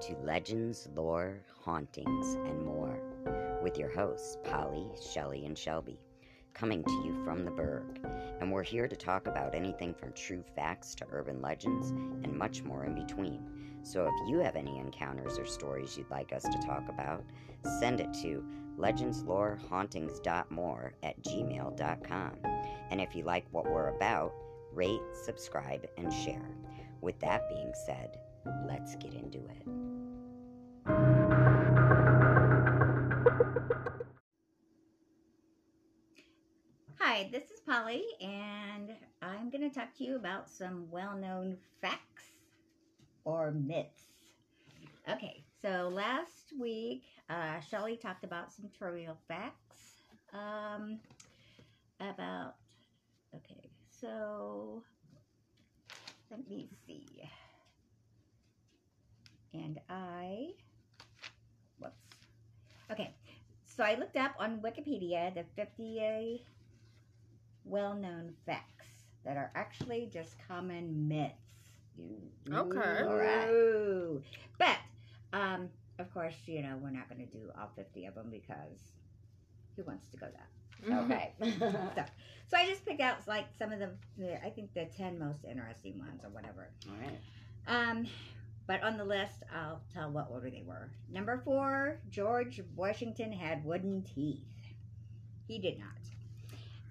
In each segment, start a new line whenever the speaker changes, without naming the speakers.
to legends, lore, hauntings, and more with your hosts, Polly, Shelley, and Shelby, coming to you from the Berg. And we're here to talk about anything from true facts to urban legends and much more in between. So if you have any encounters or stories you'd like us to talk about, send it to legendslorehauntings.more at gmail.com. And if you like what we're about, rate, subscribe, and share. With that being said, let's get into it.
Hi, this is Polly, and I'm going to talk to you about some well known facts or myths. Okay, so last week, uh, Shelly talked about some trivial facts um, about. Okay, so let me see. And I. Whoops. Okay, so I looked up on Wikipedia the 50 well known facts that are actually just common myths.
Okay.
All right. Ooh. But, um, of course, you know, we're not going to do all 50 of them because who wants to go that? Okay. so, so I just picked out like some of the, the, I think the 10 most interesting ones or whatever.
All right.
Um, but on the list, I'll tell what order they were. Number four, George Washington had wooden teeth. He did not.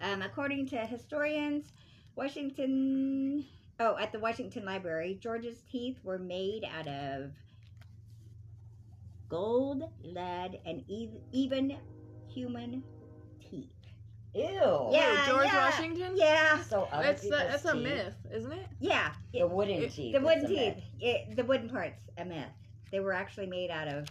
Um, according to historians, Washington, oh, at the Washington Library, George's teeth were made out of gold, lead, and e- even human teeth.
Ew.
Yeah,
George
yeah.
Washington?
Yeah,
So other
That's,
people's
that's a
teeth-
myth, isn't it?
yeah.
The wooden
It-
teeth.
The
is
wooden
a myth.
teeth, it, the wooden parts, a myth. They were actually made out of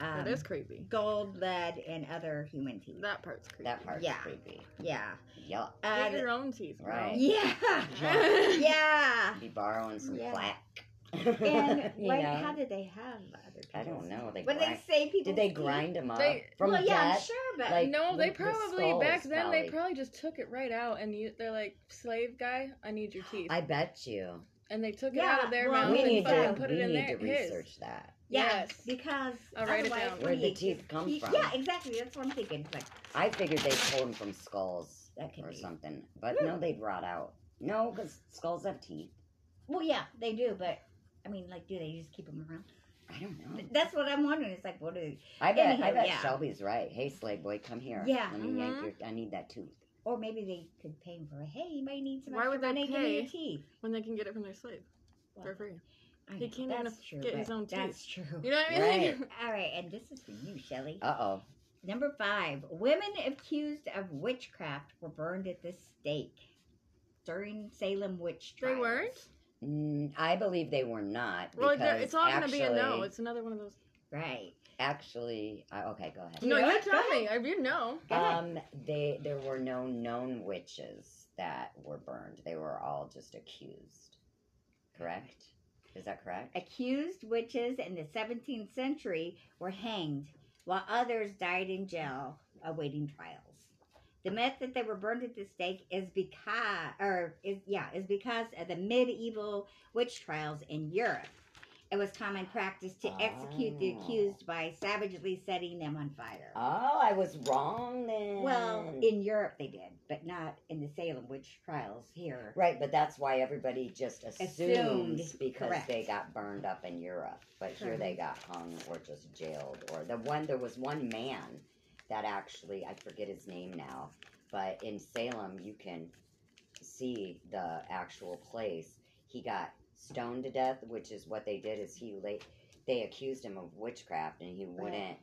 um,
that is creepy.
gold, lead, and other human teeth.
That part's creepy.
That part's
Yeah.
creepy.
Yeah.
Yup.
Uh,
Get your own teeth, bro.
Right.
yeah. yeah.
Be borrowing some
Yeah.
plaque.
And
You
like,
know?
how did they have other?
I don't
people's-
know. They
What did they
grind-
say? People
did they grind them up
They-
from
well, Oh, yeah, I'm
death?
sure, but
like-
no, they
with the
probably back
skulls,
then
probably.
they probably just took it right out and you, they're like, slave guy, I need your teeth,
I bet you.
and they took
Yeah,
it out of their
well,
mouth
we
and
need
fucking
to.
put
we
it in
need
their
to
his.
research that.
yeah,
Yes.
because
I'll write it
otherwise
down.
what
Where'd
do
the
you-
teeth come
you-
from?
Yeah, exactly. That's what I'm thinking. Like
I figured they pulled them from skulls
that could
or
be.
something, but no, they'd rot out. No, because skulls have teeth.
Well, yeah, they do, but I mean, like, do they just keep them around?
I don't know.
Th- That's what I'm wondering. It's like, what do? They,
I bet. I
Anyhow,
bet
yeah.
Shelby's right. Hey, slave boy, come here.
Yeah.
Let me yank
Mhm.
your. I need that tooth.
or maybe they could pay him for. Hey, you might need some.
Why
extra
would they
money. Give me your
pay?
teeth.
When they can get it from their slave
Well,
for free.
I
he
know,
can't even
that's true,
get
but
his own teeth.
That's true.
You know what I mean?
All right, and this is for you, Shelley.
Uh oh.
Number five, women accused of witchcraft were burned at the stake during Salem witch
They
trials.
weren't?
Mm, I believe they were not.
Well, it-
because
it's all going to be a no.
actually-
It's another one of those.
Right.
Actually, I okay, go ahead.
You
No,
know
you
what?
tell
Go
me. I You know.
Go ahead.
Um, they there were no known witches that were burned. They were all just accused. Correct? Is that correct?
Accused witches in the 17th century were hanged, while others died in jail awaiting trials. The myth that they were burned at the stake is because, or is yeah, is because of the medieval witch trials in Europe. It was common practice to execute the
Oh.
accused by savagely setting them on fire.
Oh, I was wrong then.
Well, in Europe they did, but not in the Salem witch trials here.
right, but that's why everybody just assumes
Assumed,
because
correct.
they got burned up in Europe, but here they got hung or just jailed. Or the one there was one man that actually I forget his name now, but in Salem you can see the actual place. He got stoned to death, which is what they did. Is he late? They accused him of witchcraft, and he wouldn't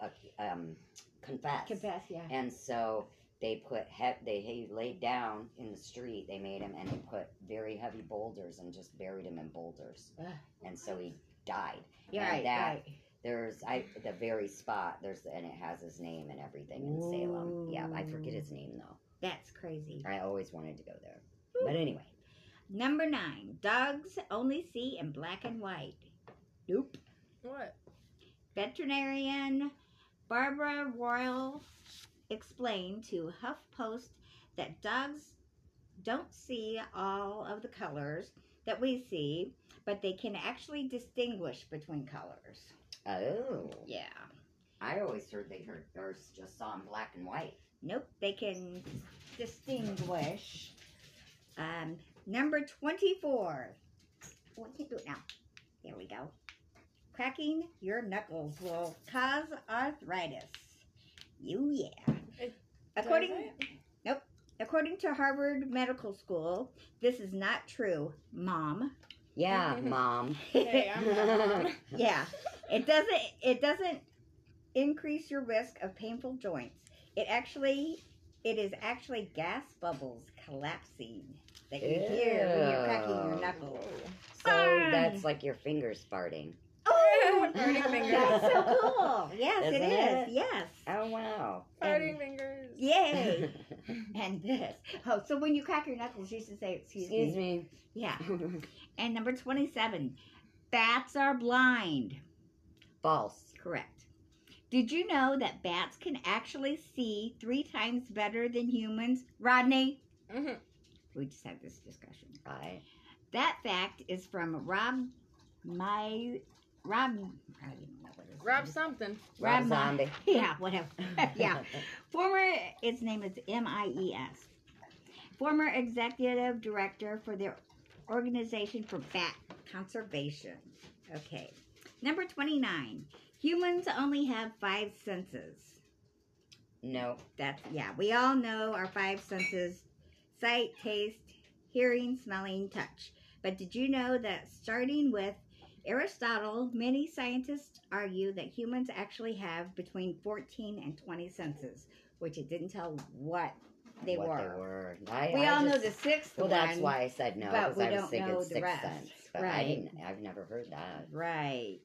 uh, um, confess.
Confess, yeah.
And so they put he- they he laid down in the street. They made him and they put very heavy boulders and just buried him in boulders.
Ugh.
And so he died.
Yeah,
and
right,
that
right.
There's I the very spot there's and it has his name and everything in Salem. Yeah, I forget his name though.
That's crazy.
I always wanted to go there. But anyway,
Number nine, dogs only see in black and white. Nope.
What?
Veterinarian Barbara Royal explained to HuffPost that dogs don't see all of the colors that we see, but they can actually distinguish between colors.
Oh,
Yeah.
I always heard they heard or just saw in black and white.
Nope, they can distinguish. Um, number 24. Oh, I can't do it now. There we go. Cracking your knuckles will cause arthritis. You yeah.
It
According
Does it?
according to Harvard Medical School, this is not true, mom.
Yeah, mom.
Hey, I'm not wrong.
yeah it doesn't it doesn't increase your risk of painful joints it actually it is actually gas bubbles collapsing that you hear when you're cracking your
Ew.
knuckles
So
Burn.
that's like your fingers farting.
oh
Farting
that's
fingers.
so cool yes
Isn't
it
it?
is yes
Oh wow.
Farting fingers.
yay and this oh so when you crack your knuckles you should say excuse,
Excuse
me
me.
yeah and number 27 bats are blind
False.
Correct. Did you know that bats can actually see three times better than humans? Rodney,
Mhm.
we just had this discussion.
I
That fact is from Rob my Rob I don't even know what his
Grab
name is.
something.
Rob
Rob Ma-
Zombie.
Yeah, whatever. yeah. Former, its name is M-I-E-S. Former executive director for the Organization for Bat Conservation. Okay. Number 29. Humans only have five senses.
No.
That's, yeah, we all know our five senses sight, taste, hearing, smelling, touch. But did you know that starting with Aristotle, many scientists argue that humans actually have between 14 and 20 senses, which it didn't tell what they,
what
were.
they were. I,
We
I
all know
just-
the sixth
Well,
one.
that's why I said no
but
because
we
I was
don't
thinking
know the
Sixth
rest.
Sense, but I
Right.
didn't. I've never heard that.
Right.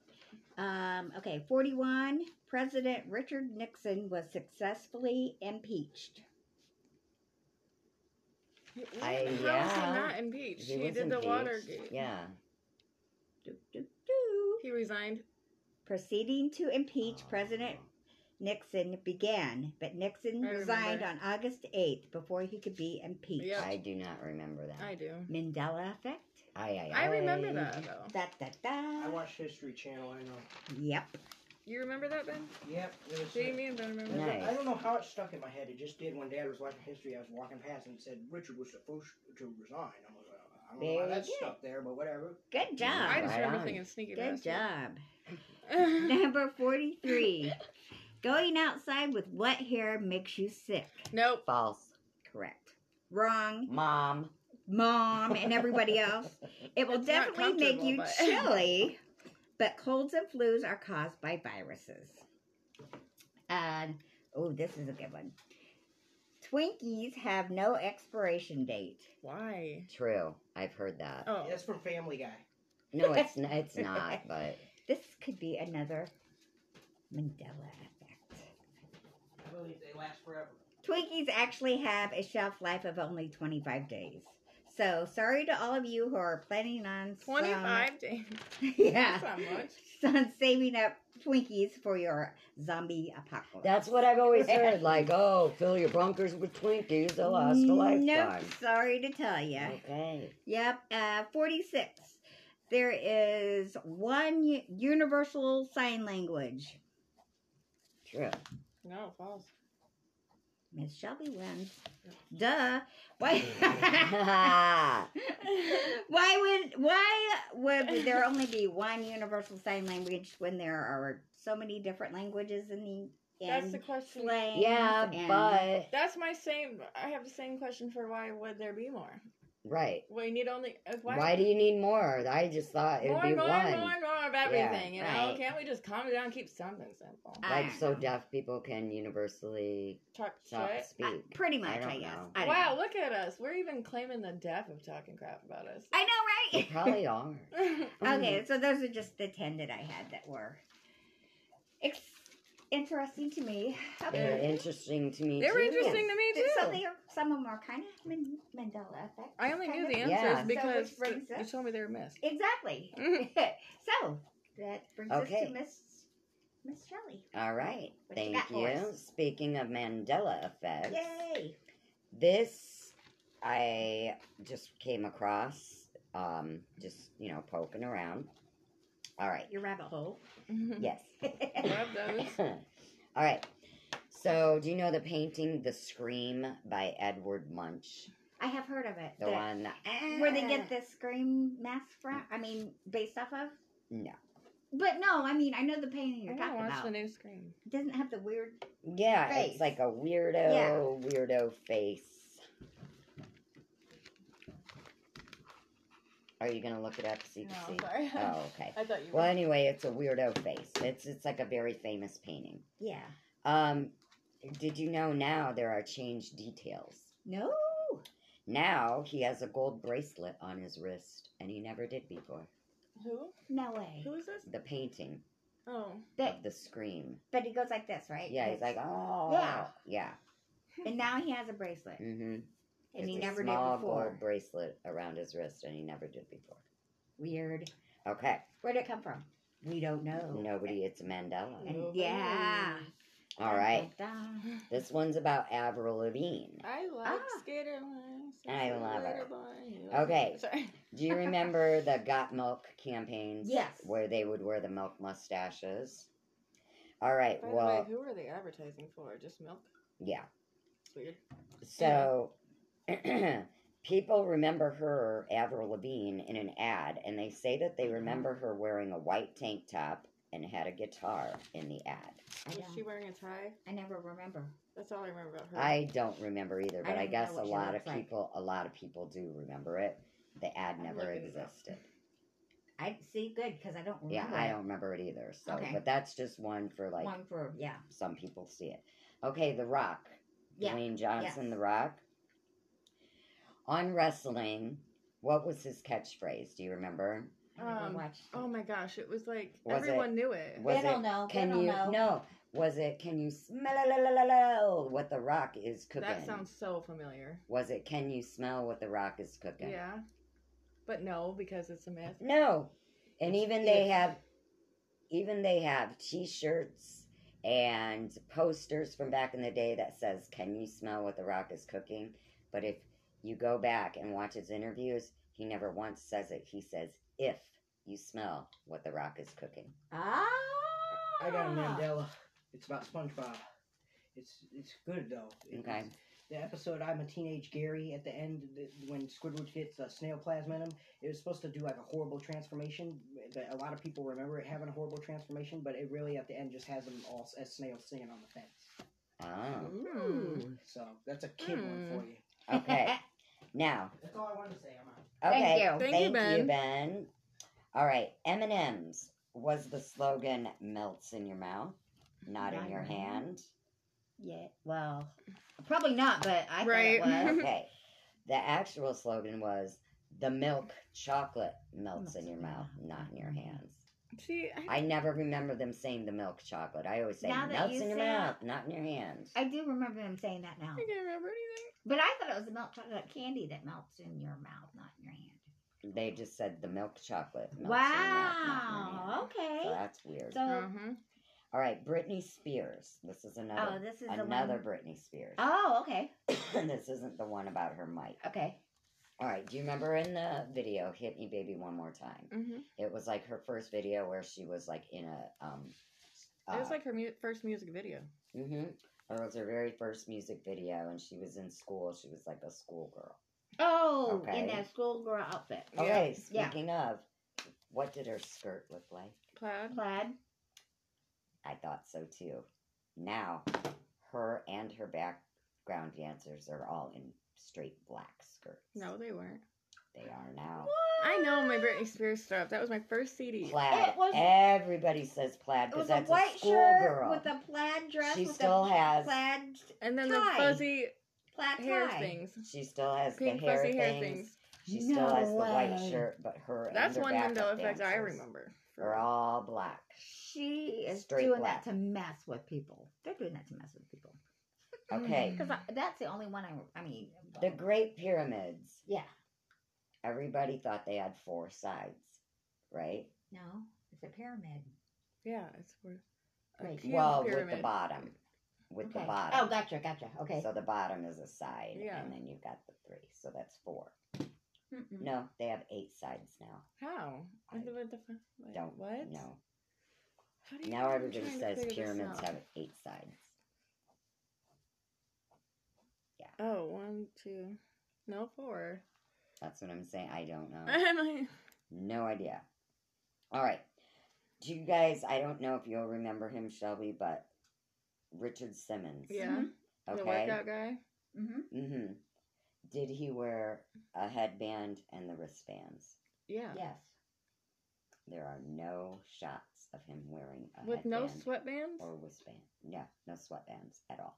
Um, okay, 41. President Richard Nixon was successfully impeached.
I-
How was
yeah.
he not impeached? He,
was
did the
impeached.
Watergate.
Yeah.
Do, do, do.
He resigned.
Proceeding to impeach
Oh.
President Nixon began, but Nixon
I
resigned
remember.
on August 8th before he could be impeached.
Yep.
I do not remember that.
I do.
Mandela effect.
Aye, aye,
I remember
aye.
that though.
Da, da, da.
I watch History Channel. I know.
Yep.
You remember that, Ben?
Yep. It was,
Jamie and Ben remember
Nice.
that.
I don't know how it stuck in my head. It just did. When Dad was watching History, I was walking past and it said Richard was supposed to resign. I was like, I don't know
There
why
you
that
go.
stuck there, but whatever.
Good job.
I just
Right
remember
on.
thinking sneaky
Good
bastard.
job. Number 43. Going outside with wet hair makes you sick.
nope.
False.
Correct. Wrong.
Mom.
Mom and everybody else. It will
It's not
definitely make you
comfortable, but-
chilly, but colds and flus are caused by viruses. And oh, this is a good one. Twinkies have no expiration date.
Why?
True. I've heard that.
Oh.
That's from Family Guy.
No, it's n- it's not. But
This could be another Mandela effect.
I believe they last forever.
Twinkies actually have a shelf life of only 25 days. So sorry to all of you who are planning on some-
25 days.
yeah,
That's not much.
on saving up Twinkies for your zombie apocalypse.
that's what I've always heard. Like, oh, fill your bunkers with Twinkies. They'll last a lifetime.
Nope, sorry to tell you.
Okay.
Yep, uh, 46. There is one u- universal sign language.
True.
No, false.
Miss Shelby wins. Duh. Why? why would why would there only be one universal sign language when there are so many different languages in the
That's
and
the question.
slangs
yeah,
and-
but
That's my same. I have the same question for why would there be more?
right.
We need only. if
Why?
Why,
do you need more? I just thought it'd
more,
be
more,
one.
more, more of everything? you know,
right.
can't we just calm it down? and Keep something simple.
I
Like
don't
so,
know.
deaf people can universally
Talk
talk,
shit.
Uh,
speak.
pretty much,
don't
I, guess.
know.
I don't
Wow,
know.
look at us. We're even claiming the death of talking crap about us.
I know,
They
right?
probably are. Oh,
Okay, so those are just the 10 that I had that were ex- interesting to me.
They're
Okay.
interesting to me.
they were
too.
interesting to me too.
So they are, some of them are kind of Mandela effect.
I only knew
kind
the
of-
an- Yeah.
answers
So
because
which brings
you
us-
told me they were missed.
Exactly.
Mhm.
so that brings us
Okay.
to Miss Miss Shelley.
All right.
What
Thank
you got
you.
for us?
Speaking of Mandela effects,
Yay!
this I just came across, um, just you know, poking around. All right.
Your rabbit hole.
Yes.
Love those.
All right. So, do you know the painting "The Scream" by Edward Munch?
I have heard of it.
The
that-
one ah,
where they get
Eh.
the scream mask from? I mean, based off of.
Mm. No.
But no, I mean, I know the painting
I
you're
want to
talking
watch
about.
the new Scream.
It doesn't have the weird.
Yeah,
face.
it's like a weirdo, weirdo face. Are you gonna look it up so you can see?
sorry.
Oh, okay.
I thought you
Well, anyway, it's a weirdo face. It's it's like a very famous painting.
Yeah.
Um, did you know now there are changed details?
No.
Now he has a gold bracelet on his wrist, and he never did before.
Who?
No way.
Who is this?
The painting
Oh.
That,
of the scream.
but he goes like this, right?
Yeah, he's
It's-
like, oh,
Yeah.
yeah.
And now he has a bracelet,
Mm-hmm.
and he
It's a
never did
small
before.
gold bracelet around his wrist, and he never did before.
Weird.
Okay,
Where did it come from? We don't know.
nobody. It's Mandela.
Oh,
And- yeah.
All right,
Dun, dun, dun.
this one's about Avril Lavigne.
I like
Ah.
skater lines.
I love
Skater
her.
lines.
Okay.
Sorry.
Do you remember the Got Milk campaigns?
Yes.
Where they would wear the milk mustaches. All right.
By
well,
the way, who are they advertising for? Just milk?
yeah.
It's weird.
So people remember her, Avril Lavigne, in an ad, and they say that
Mm-hmm.
they remember her wearing a white tank top and had a guitar in the ad.
I,
Was
don't-
she wearing a tie?
I never remember.
That's all I remember about her.
I don't remember either,
I
but I,
don't know
guess a
what she
lot of
looks like.
people, a lot of people do remember it. The ad
I'm
never
looking it up.
existed.
I see. Good, because I don't remember.
Yeah, I
it.
don't remember it either. So,
Okay.
but that's just one for like
One for yeah,
some people see it. Okay, The Rock,
yeah.
Dwayne Johnson,
yes.
The Rock. On wrestling, what was his catchphrase? Do you remember?
I never
Um,
watched. it.
Oh my gosh, it was like
Was it-
everyone knew it.
was
they don't
it-
know.
Can
they don't
you
know.
no? Was it? Can you smell what the Rock is cooking?
That sounds so familiar.
Was it? Can you smell what the Rock is
Yeah.
cooking?
But no, because it's a myth.
No. And even they
Yeah.
have even they have t-shirts and posters from back in the day that says can you smell what the rock is cooking? But if you go back and watch his interviews, he never once says it. He says if you smell what the rock is cooking.
Ah.
I
Ah.
got a Mandela. It's about SpongeBob. It's it's good though. It-
Okay.
it's- The episode I'm a teenage Gary at the end the, when Squidward gets a snail plasma in him, it was supposed to do like a horrible transformation. That a lot of people remember it having a horrible transformation, but it really at the end just has them all s- as snails singing on the fence.
Oh.
Ooh.
So that's a kid one
Hmm.
for you.
Okay. Now,
That's all I wanted to say. I'm out.
okay.
Thank you.
Thank you,
you, Ben. All right. M&M's was the slogan melts in your mouth, not in
Mm-hmm.
your hand.
Yeah. Well, probably not. But I
Right.
thought it was.
okay. The actual slogan was the milk chocolate melts in your mouth, not in your hands.
See, I,
I never remember them saying the milk chocolate. I always say
Now that
melts
you
in your
say it-
mouth, not in your hands.
I do remember him saying that now.
I can't remember anything.
But I thought it was the milk chocolate candy that melts in your mouth, not in your hand.
They just said the milk chocolate melts in your mouth, not in your
wow.
hands. So
Okay.
that's weird.
So,
Uh-huh.
All right, Britney Spears. This is
oh,
another
this is
another
the one.
Britney Spears.
Oh, okay.
this isn't the one about her mic.
Okay.
All right, do you remember in the video "Hit Me, Baby, One More Time"?
Mm-hmm.
It was like her first video where she was like in a um.
it was like her mu- first music video.
hmm It was her very first music video, and she was in school. She was like a schoolgirl.
Oh,
Okay.
in that schoolgirl outfit.
Yeah.
Okay,
Yeah.
speaking of, what did her skirt look like?
Plaid.
Plaid.
I thought so too. Now, her and her background dancers are all in straight black skirts.
No, they weren't.
They are now.
I know my Britney Spears stuff. That was my first CD.
Plaid.
It was-
Everybody says plaid
It
because
was a
that's
white
a
shirt
schoolgirl.
with a plaid dress.
She
with
still
a
has-
plaid
And then
Tie.
the fuzzy
plaid
hair
tie.
things.
She still has
Pink
the hair
fuzzy
things.
hair things.
She still has the white
way.
shirt, but her
That's
and her
one window
backup
effect I
dancers
remember.
Are all black.
She is
Straight
doing
black.
that to mess with people. They're doing that to mess with people. Oh
Okay.
Because that's the only one I. I mean.
The Great Pyramids.
yeah.
Everybody thought they had four sides, right?
No, it's a pyramid.
Yeah, it's weird. A
Wait.
huge
well, with
pyramid.
the bottom. with
okay.
the
Oh,
bottom.
gotcha, gotcha. Okay.
So the bottom is a side,
Yeah.
and then you've got the three. So that's four.
Mm-mm.
No, they have eight sides now.
How?
I
What the- what the fuck? Like,
Don't
what?
No.
How do you
Now
I'm
everybody
trying to
says
figure this
pyramids
out.
have eight sides.
Oh, one, two, no, four.
That's what I'm saying. I don't know.
I'm like,
No idea. All right. Do you guys, I don't know if you'll remember him, Shelby, but Richard Simmons.
yeah,
Mm-hmm.
the
Okay.
workout guy.
Mhm.
Mm-hmm. Did he wear a headband and the wristbands?
Yeah,
Yes. There are no shots of him wearing a
with no
headband
sweatbands.
or wristband. Yeah, no sweatbands at all.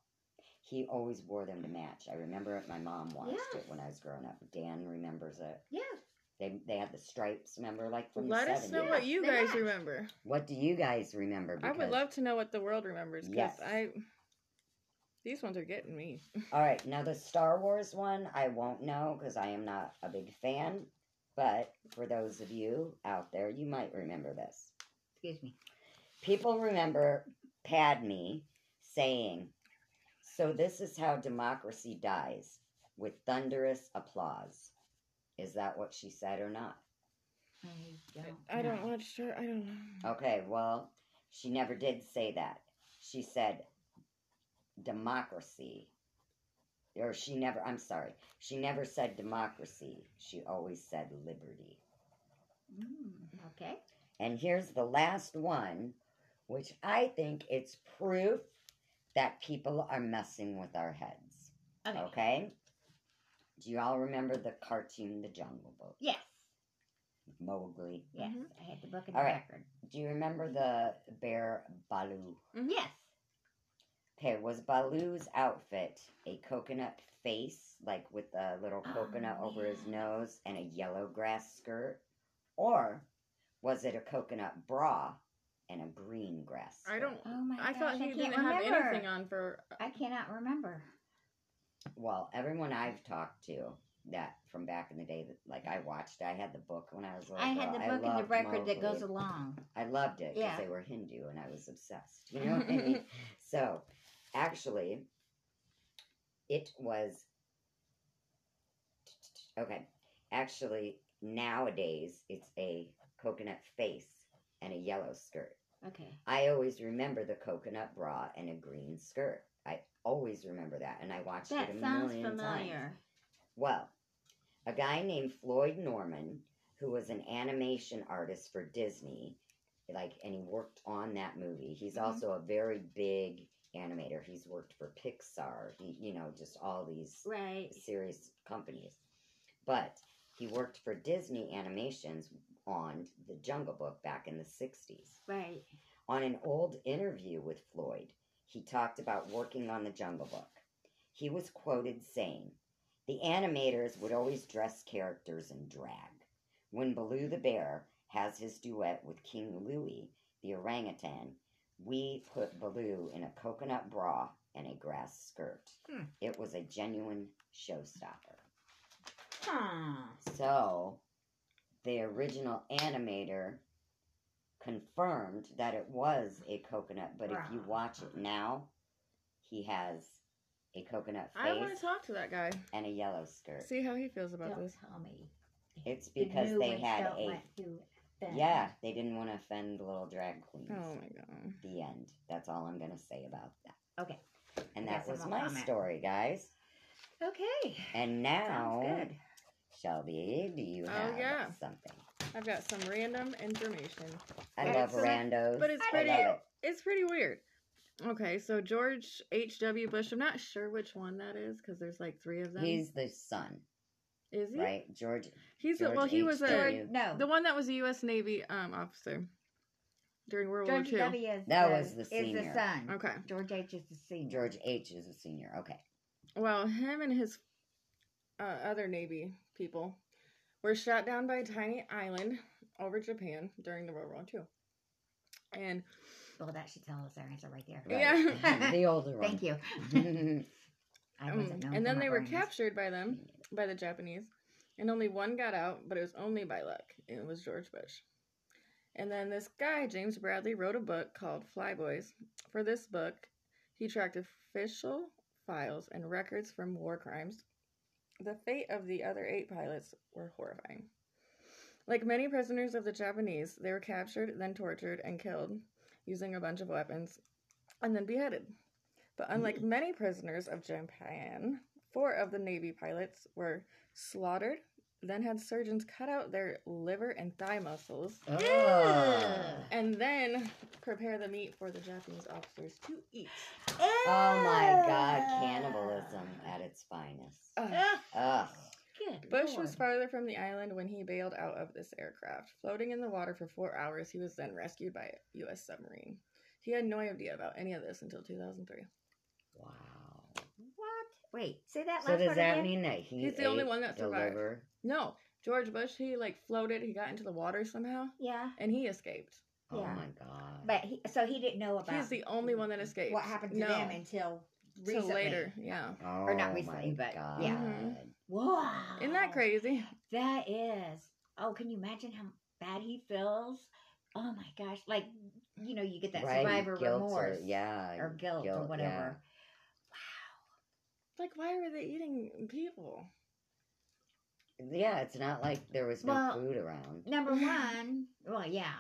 He always wore them to match. I remember it. My mom watched it when I was growing up. Dan remembers it.
yeah.
They, they had the stripes, remember, like from
Let
the 70s.
us know what you
they
guys
match.
remember.
What do you guys remember?
I would
Because-
love to know what the world remembers
Yes.
because I these ones are getting me.
All right, now the Star Wars one, I won't know because I am not a big fan. But for those of you out there, you might remember this.
Excuse me.
People remember Padme saying, So this is how democracy dies with thunderous applause. Is that what she said or not?
I don't.
I don't
know.
watch her. I don't know.
Okay, well, she never did say that. She said democracy. Or she never, I'm sorry, she never said democracy. She always said liberty.
Mm, okay.
And here's the last one, which I think it's proof that people are messing with our heads.
Okay.
Okay? Do you all remember the cartoon The Jungle Book?
Yes.
Mowgli.
Yes.
Mhm.
I had the book in
All
the
right.
record.
Do you remember the bear Baloo?
Yes.
Okay, was Baloo's outfit a coconut face, like with a little
Oh,
coconut over his
yeah.
nose and a yellow grass skirt? Or was it a coconut bra and a green grass skirt?
I don't.
Oh my
I
gosh,
thought
I
he
can't
didn't have
remember.
anything on for.
I cannot remember.
Well, everyone I've talked to that from back in the day, that like I watched, I had the book when I was little.
Oh, I had
girl.
the book in the
loved
record that goes
Mowgli.
along.
I loved it because
Yeah.
they were Hindu and I was obsessed. You know what I mean? So, actually, it was. Okay. Actually, nowadays, it's a coconut face and a yellow skirt.
Okay.
I always remember the coconut bra and a green skirt. I always remember that. And I watched
That
it a
sounds
million times.
familiar.
Well, a guy named Floyd Norman, who was an animation artist for Disney, like, and he worked on that movie. He's
Mhm.
also a very big animator. He's worked for Pixar. He, you know, just all these
Right.
serious companies. But he worked for Disney Animations on The Jungle Book back in the 60s.
Right.
On an old interview with Floyd, he talked about working on the Jungle Book. He was quoted saying, The animators would always dress characters in drag. When Baloo the bear has his duet with King Louie, the orangutan, we put Baloo in a coconut bra and a grass skirt.
Hmm.
It was a genuine showstopper.
Huh.
So, the original animator confirmed that it was a coconut, but if you watch it now, he has a coconut
I want
face
to talk to that guy.
and a yellow skirt.
See how he feels about
Don't
this.
tell me.
It's
The
because
new
they
ones
had
don't
a
want to offend.
yeah, they didn't want to offend the little drag queens.
Oh my god.
The end. That's all I'm gonna say about that.
Okay.
And
I
that
guess I
was
won't
my
comment.
story, guys.
Okay.
And
Sounds
now,
good.
Shelby, do you
Oh,
have
yeah.
something?
I've got some random information,
I
But
love
it's-
randos.
but it's
I
pretty.
love it.
It's pretty weird. Okay, so George H. W. Bush. I'm not sure which one that is because there's like three of them.
He's the son,
is he?
right? George.
He's
George
a, well. He was a
H.W..
No.
the one that was a U.S. Navy um officer during World
George
War II.
W. Is
That
the,
was the
Is
senior.
the son.
Okay.
George H. is the senior.
George H is a senior. Okay.
Well, him and his uh, other Navy people were shot down by a tiny island over Japan during the World War II. And
Well, Oh, that should tell us our answer right there.
Right.
Yeah.
the older one.
Thank you.
you.
I wasn't
um,
known
and
for
then
my
they were
brains.
captured by them, by the Japanese, and only one got out, but it was only by luck, and it was George Bush. And then this guy, James Bradley, wrote a book called Flyboys. For this book, He tracked official files and records from war crimes. The fate of the other eight pilots were horrifying. Like many prisoners of the Japanese, they were captured, then tortured, and killed using a bunch of weapons, and then beheaded. But unlike many prisoners of Japan, four of the Navy pilots were slaughtered, then had surgeons cut out their liver and thigh muscles,
Ugh.
and then prepare the meat for the Japanese officers to eat.
Oh my god, cannibalism at its finest.
Ugh.
Ugh,
Ugh.
good
Bush
Lord.
was farther from the island when he bailed out of this aircraft. Floating in the water for four hours, he was then rescued by a U.S. submarine. He had no idea about any of this until 2003.
Wow.
What? Wait, say that
So
last
does
part
that
again.
mean that he
He's the only
ate
one that
the
survived.
liver?
No, George Bush, he like floated, he got into the water somehow,
yeah,
and he escaped.
Oh
Yeah.
my god.
but he, so he didn't know about
He's the only one that escaped.
What happened to
no,
them until
Till
recently?
later, yeah.
oh
or not
my
recently, but
god.
yeah. Mm-hmm.
Mhm.
Wow.
Isn't that crazy?
That is. Oh, can you imagine how bad he feels? Oh my gosh. Like, you know, you get that
Right,
survivor
guilt
remorse.
Or, yeah.
Or guilt, or
guilt,
whatever.
Like, why were they eating people?
Yeah, it's not like there was no
Well-
food around.
Number one, well, yeah.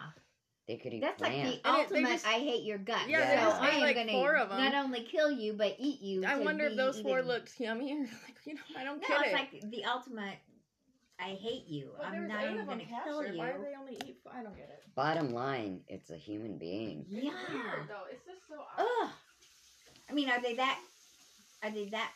They could eat
That's like
plants.
the
And it- they
ultimate
just-
I hate your gut.
Yeah,
they
so
just
I
ate,
am
like,
gonna
four of 'em.
not only kill you, but eat you.
I
to
wonder if
be
those four
even-
looked yummy or like, you know, I don't
No,
get
it's
it.
like the ultimate I hate you.
Well,
I'm
there was
not
eight
even
of
going
them
to kill
captured.
you.
Why do they only eat? f- I don't get it.
Bottom line, it's a human being.
It's
Yeah.
weird, though. It's just so odd.
Ugh. I mean, are they that? Are they that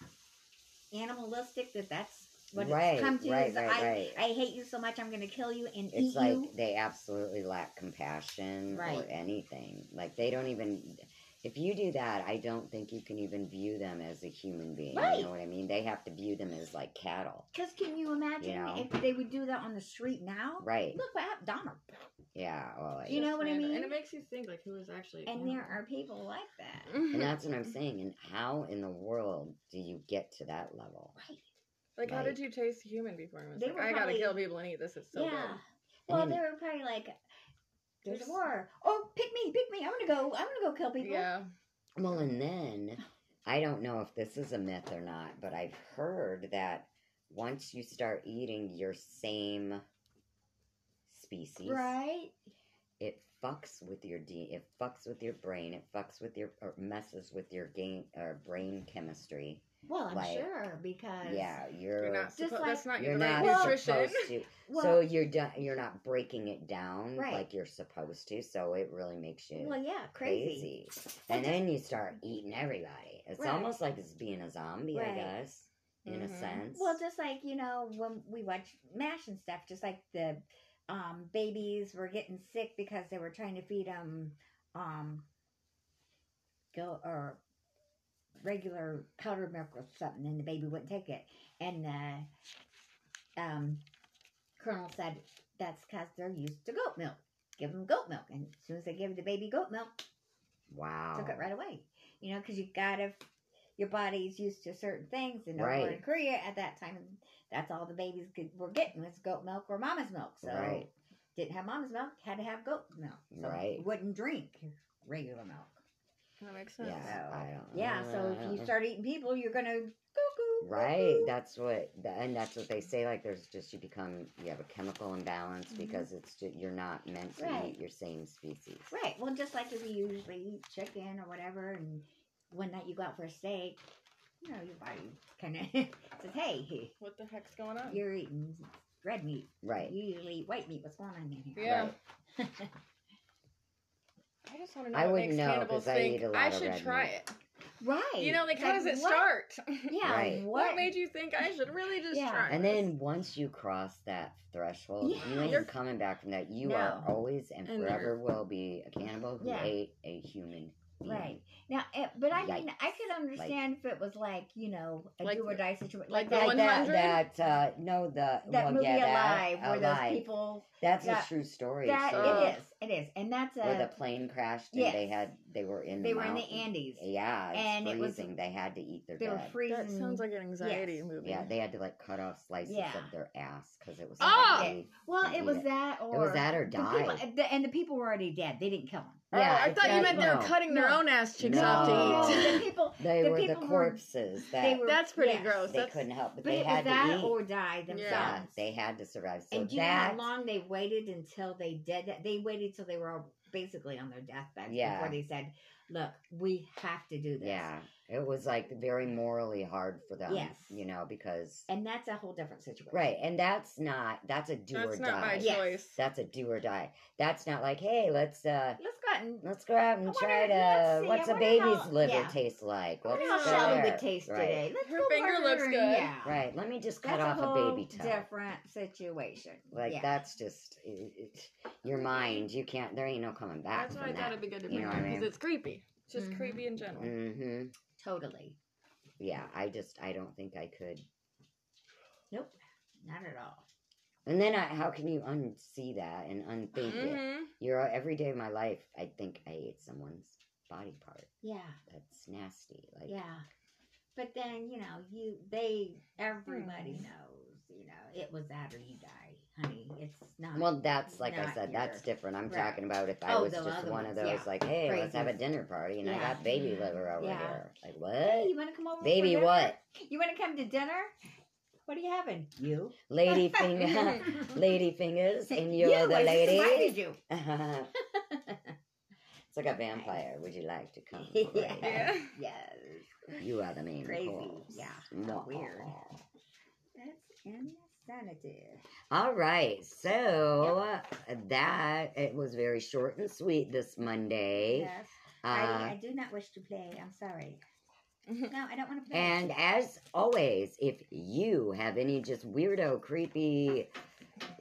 animalistic that that's what
Right,
it's come to?
right,
is
right,
I,
right.
I hate you so much. I'm going to kill you and eat
It's like
you.
they absolutely lack compassion or
Right.
anything. Like they don't even. If you do that, I don't think you can even view them as a human being. You
Right.
know what I mean? They have to view them as like cattle.
Because can you imagine
You know?
if they would do that on the street now?
Right.
Look what happened, Donald.
Yeah. Well,
You
yeah.
know what I mean?
And it makes you think like who is actually.
And there are people like
Mm-hmm.
that.
And that's what I'm saying. And how in the world do you get to that level?
Right.
like, how
Right.
did you taste human before? And was
They
like,
were
I gotta
probably-
kill people and eat this. It's so
yeah.
good.
I
Well,
mean-
they were probably like, "There's
There's-
a war. Oh, pick me, pick me. I'm gonna go. I'm gonna go kill people."
Yeah.
Well, and then I don't know if this is a myth or not, but I've heard that once you start eating your same species,
Right.
it fucks with your D, it fucks with your brain, it fucks with your or messes with your game or brain chemistry.
Well, I'm
Like,
sure because
Yeah, you're
You're not.
Just
suppo-
like-
that's not
you're
your right
not
Well-
nutrition.
supposed to.
Well,
so you're done. You're not breaking it down
Right.
like you're supposed to. So it really makes you
well, yeah, crazy.
crazy. And then you start eating everybody. It's
Right.
almost like it's being a zombie, I
Right. Mm-hmm.
guess, in a
Mhm.
sense.
Well, just like you know when we watch Mash and stuff, just like the um, babies were getting sick because they were trying to feed them um, go or regular powdered milk or something, and the baby wouldn't take it. And the um, Colonel said that's because they're used to goat milk. Give them goat milk, and as soon as they give the baby goat milk,
wow.
took it right away. You know, because you gotta, your body's used to certain things. And over
Right.
in Korea at that time, that's all the babies could, were getting was goat milk or mama's milk. So
Right.
didn't have mama's milk, had to have goat milk. So
Right.
Wouldn't drink regular milk.
That makes sense.
Yeah,
So,
I don't.
yeah. So if you start eating people, you're gonna
Uh.
cuckoo.
Right,
cuckoo.
that's what, tha- and that's what they say. Like, there's just you become, you have a chemical imbalance
Mhm.
because it's just, you're not meant to
Mm-hmm. Right.
eat your same species.
Right. Well, just like if you usually eat chicken or whatever, and one night you go out for a steak, you know, your body kind of says, "Hey,
What the heck's going on?
you're eating red meat."
Right.
You usually eat white meat. What's going on in here?
Yeah.
Right.
I just want to know.
I
what
wouldn't
makes
know,
cannibals
'cause I
think
eat a lot
I
of
should
red
try
meat.
Right.
it. You know, like, how
Like,
does it
what-
start?
Yeah.
Right.
What,
what made you think I should really just
Yeah.
try?
And
this?
then once you cross that threshold, you ain't
Yes.
coming back from that. You are
No.
always and
And
forever will be a cannibal who
Yeah.
ate a human being.
Right. Now, eh, but I mean, I
Yikes.
could understand if it was like you know a
Like
do or
the-
die situation, like,
like the
that.
Like that,
100?
that uh, no, the
that
well,
movie
yeah, that, uh,
Alive, where
Alive.
those people
That's
that-
a true story.
that
so-
Oh.
it is, It is, and that's
where the
a
plane crashed and they
yes.
had they were in
they
the
were in the
mountain.
Andes.
Yeah, it's
And it was-
freezing. they had to eat their
They were
dead.
freezing.
That sounds like an anxiety
Yes.
movie.
yeah, they had to like cut off slices
Yeah.
of their ass because it was.
Ah!
so heavy.
well,
Can't
it
eat
was
it.
that, or
It was that or
the
die.
people, eh, the, and the people were already dead. They didn't kill them.
Oh,
Yeah,
I thought you meant they were
no.
cutting their
No.
own ass cheeks off
No.
to eat.
Oh, the people.
They
The
were the
people were-
corpses that
They
they,
were.
That's pretty
yes.
gross. That's-
couldn't help, but,
But
they
it
had
was that
to eat.
or die themselves.
yeah, they had to survive. So
and do you know how
that
long they waited until they did that? They waited till they were all basically on their deathbed
Yeah.
before they said, "Look, we have to do this."
Yeah, it was like very morally hard for them.
Yes.
you know because
and that's a whole different situation.
right, and that's not that's a do or
That's not my
die.
Yes.
choice.
That's a do or die. That's not like hey, let's uh
Let's go out and
let's go out
I
and
wonder-
try
let's
to
see,
what's
I
a
wonder
baby's
how-
liver
yeah.
taste like?
I
What's
wonder how
Let's
in
Shelly
go
there?
would taste
right.
today. Let's
Her
go
finger
murder
looks
and-
good.
Yeah.
Right. Let me just cut
That's a
off a,
whole
baby toe.
different situation.
Like
yeah.
that's just it, it, your mind. You can't. There ain't no coming back
That's why I
from
thought
that.
it'd be good to
You
bring it
know what I
because
mean?
it's creepy. It's just
Mhm.
creepy in general.
Mm-hmm.
Totally.
Yeah. I just. I don't think I could.
Nope. Not at all.
And then I, how can you unsee that and unthink it?
Mm-hmm.
Mhm.
You're every day of my life. I think I ate someone's body part.
Yeah.
That's nasty. Like
Yeah. But then, you know, you they everybody
Hmm.
knows, you know, it was that or you die, honey. It's not
Well, that's like I
Not
said. That's
your-
different. I'm
right.
talking about if I
Oh,
was
the
just
other
one of
ones,
those,
yeah.
like, hey, let's have a
Crazies.
dinner party, and I
Yeah. Mm-hmm.
got baby liver over
Yeah.
here. Like what?
Hey, you wanna come over? for
baby,
dinner?
what?
You wanna come to dinner? What are you having? You?
Lady finger, lady fingers, and you're the
I just
lady.
invited you.
it's like a vampire. Would you like to come? over?
Yeah.
Yeah.
Yes.
You are the main
Crazy.
course.
Yeah.
Mwah.
Weird. That's insanity.
All right. So uh, that it was very short and sweet this Monday.
Yes.
Uh,
I, I do not wish to play. I'm sorry. No, I don't want to play.
And as always, if you have any just weirdo, creepy,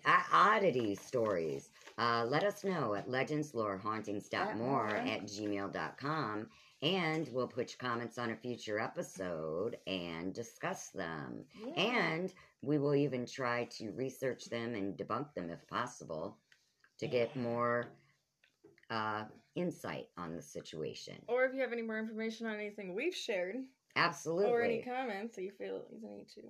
uh, oddity stories, uh, let us know at legendslorehauntings.more at gmail.com and we'll put your comments on a future episode and discuss them.
Yeah.
And we will even try to research them and debunk them if possible to get more uh, insight on the situation.
Or if you have any more information on anything we've shared
Absolutely.
or any comments that you feel you need to,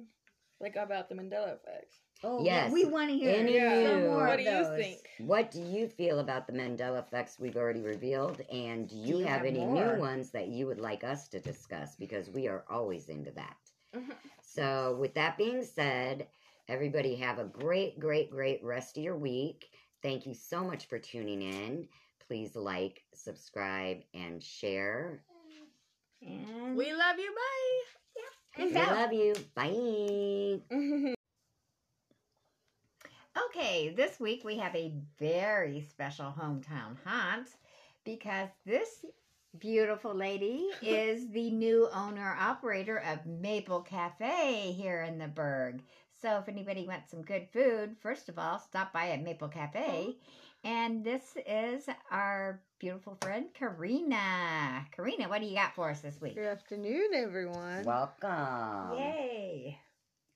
like about the Mandela effect.
oh,
yes.
we want to hear
Any
some
you-
more
What
of
do
those.
you think?
What do you feel about the Mandela effects we've already revealed? And do you
you
have
have
any
more?
new ones that you would like us to discuss? Because we are always into that.
Mhm.
So, with that being said, everybody have a great, great, great rest of your week. Thank you so much for tuning in. Please like, subscribe, and share.
And
We love you. Bye.
We love you. Bye.
Okay, this week we have a very special hometown haunt because this beautiful lady is the new owner operator of Maple Cafe here in the Berg. So if anybody wants some good food, first of all, stop by at Maple Cafe. And this is our beautiful friend Karina. Karina, what do you got for us this week?
Good afternoon, everyone.
Welcome.
Yay!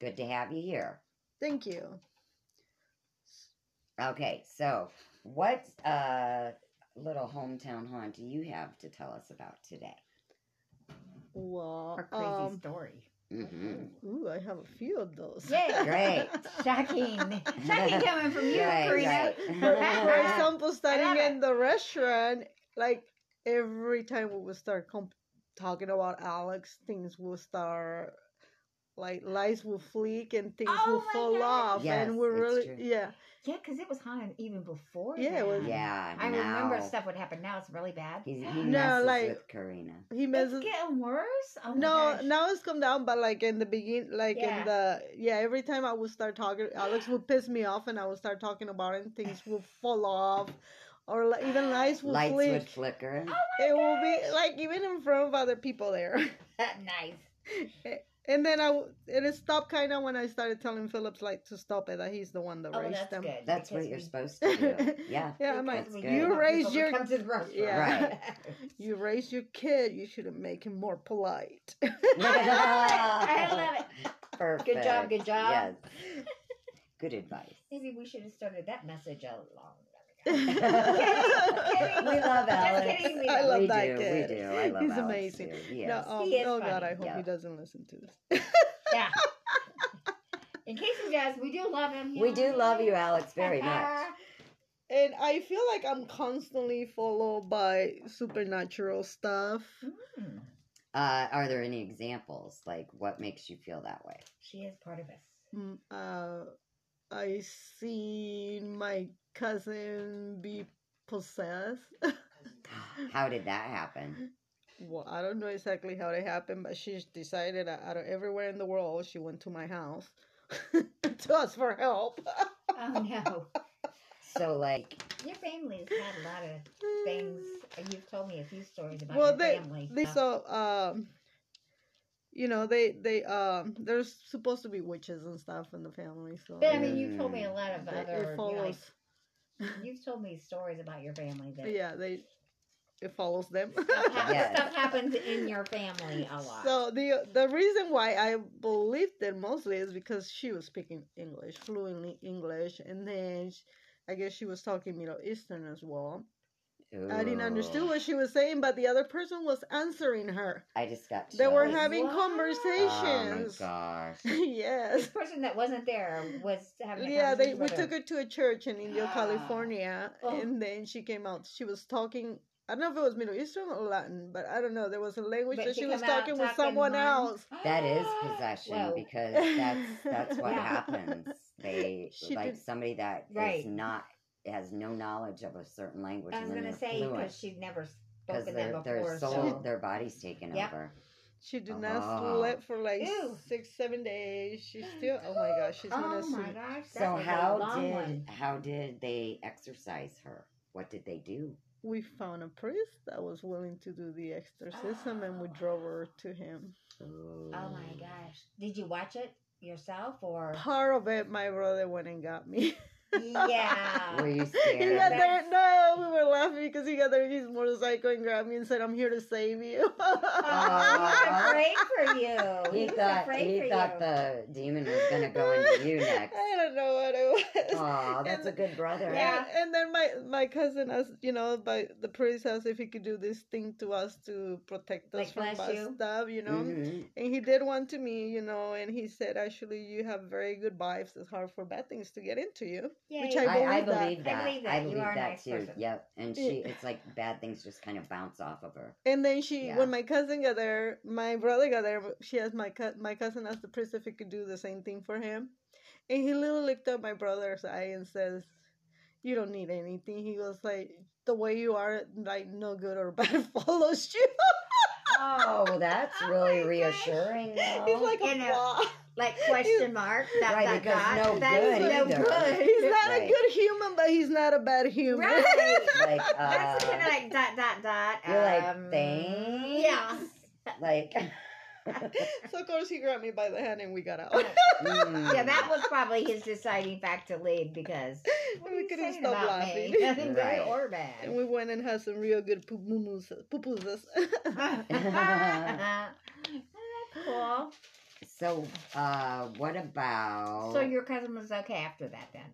Good to have you here.
Thank you.
Okay, so what uh, little hometown haunt do you have to tell us about today?
Our
Well,
crazy
um,
story.
Mm-hmm.
ooh, I have a few of those.
Yay!
Great.
Shocking. Shocking coming from you,
Right,
Karina.
For
right.
example,
love
standing
it.
in the restaurant, like every time we would start comp- talking about Alex, things will start, like lights will flick and things
Oh
will
my
fall
God.
off,
Yes,
and we're
that's
really
true.
yeah.
Yeah, because it was haunted even before.
Yeah, it was-
that.
yeah,
I
now
remember stuff would happen. Now it's really bad.
He's, he
No,
messes
like-
with Karina.
He
It's
messes.
getting worse. Oh my
No,
gosh.
now it's come down, but like in the begin, like
Yeah.
in the yeah, every time I would start talking, Alex would piss me off, and I would start talking about it, and things would fall off, or like, even lights would
Lights
flick.
would flicker.
Oh,
It will be like even in front of other people there.
nice.
And then I w- it stopped kind of when I started telling Phillips like to stop it that he's the one that
Oh, well,
raised
that's
them.
good.
That's what
because
you're
we-
supposed to do. Yeah.
Yeah, I'm like
That's
because we
good.
don't
You
want
raise
people to
your-
come to the restaurant.
Yeah.
Right.
you raised your kid, you should have make him more polite.
I love it.
Perfect.
Good job. Good job.
Yes. Good advice.
Maybe we should have started that message a long time ago.
We love Alex.
Just kidding. We
I
love
love
we
that
do,
kid.
We do. I love
He's
Alex,
amazing.
too. He
No,
is.
um,
He is
oh god,
funny,
I hope
yeah.
he doesn't listen to this.
Yeah. In case he does, we do love him. you
We
know.
do love you, Alex, very much.
And I feel like I'm constantly followed by supernatural stuff.
Mm,
Uh, are there any examples? Like, what makes you feel that way?
she is part of us.
Mm, Uh, I seen my cousin be possessed.
How did that happen?
well, I don't know exactly how it happened, but she decided that out of everywhere in the world, she went to my house to ask for help.
Oh no,
So, like,
your family's had a lot of things. and You've told me a few stories about
Well,
your
they-
family.
They so um, you know they they um there's supposed to be witches and stuff in the family, so
but I mean, you've told me a lot of
they-
other.
it
you know,
follows.
like, you've told me stories about your family that
Yeah, they it follows them.
stuff, hap-
Yes.
stuff happens in your family a lot.
so the the reason why I believed it mostly is because she was speaking English fluently English, and then sh I guess she was talking Middle Eastern as well. I didn't understand
ooh,
what she was saying, but the other person was answering her.
I just got.
They were
chills.
having
What?
conversations.
Oh my gosh.
this
yes.
person that wasn't there was having. A
Yeah, they
conversation
we
with her.
took her to a church in Indio,
Ah.
California,
Oh.
and then she came out. She was talking. I don't know if it was Middle Eastern or Latin, but I don't know. There was a language
But
that
she
she was
come out
talking with
talking
someone
mine.
else.
That is possession
Whoa.
because that's that's what
Yeah.
happens. They
She
like
did-
somebody that is
Right.
not has no knowledge of a certain language.
I was
and then
gonna
they're
say
fluent.
because she'd never spoken them
their,
before.
their soul,
so.
their body's taken
Yep.
over.
She did not
Oh.
sleep for like
Ew.
six, seven days. She's still. Oh my gosh, she's gonna
oh my
sleep.
gosh! That
So
was a
how
long
did
one.
how did they exercise her? What did they do?
We found a priest that was willing to do the exorcism, and we
Oh.
drove her to him.
Oh
Oh my gosh! Did you watch it yourself or?
Part of it, my brother went and got me.
Were
yeah.
you
He
scared?
got
Yeah.
there. No, we were laughing because he got there in his motorcycle and grabbed me and said, "I'm here to save you."
Aw.
Oh, he's Oh, afraid for you.
he thought
afraid
he
for
thought
you.
the demon was gonna go into you next.
I don't know what it was.
Oh, that's a good brother.
Yeah.
And- And then my my cousin asked, you know, by the priest asked if he could do this thing to us to protect us
Like,
from
bless
bad
you?
stuff, you know.
Mhm.
And he did one to me, you know, and he said, actually, you have very good vibes. It's hard for bad things to get into you. Which
Yay.
I, I
believe that.
believe that. I believe that,
You are a nice
too.
person.
Yep. And she,
Yeah.
it's like bad things just kind of bounce off of her.
And then she,
Yeah.
when my cousin got there, my brother got there. but She asked my cou- my cousin asked the priest if he could do the same thing for him, and he little looked at my brother's eye and says, "You don't need anything." He was like, "The way you are, like no good or bad follows you."
Oh, that's
Oh
really
my gosh.
reassuring.
He's
though.
like a
Oh, You know,
blob.
Like question mark. That,
Right,
that,
because
that.
no
that is
good
no
either.
good.
He's not
Right.
a good human, but he's not a bad human.
Right.
like,
That's
uh,
kind of like dot dot dot.
you're like,
um,
"Thanks."
Yeah.
like,
so of course he grabbed me by the hand and we got
Oh,
out.
mm.
Yeah, that was probably his deciding fact to leave because what are
We
you
couldn't
saying
stop
about
laughing.
me? Nothing
Right.
good or
and
bad.
we went and had some real good pupusas.
cool.
mm. So, uh, what about?
Oh.
So your cousin was okay after that then?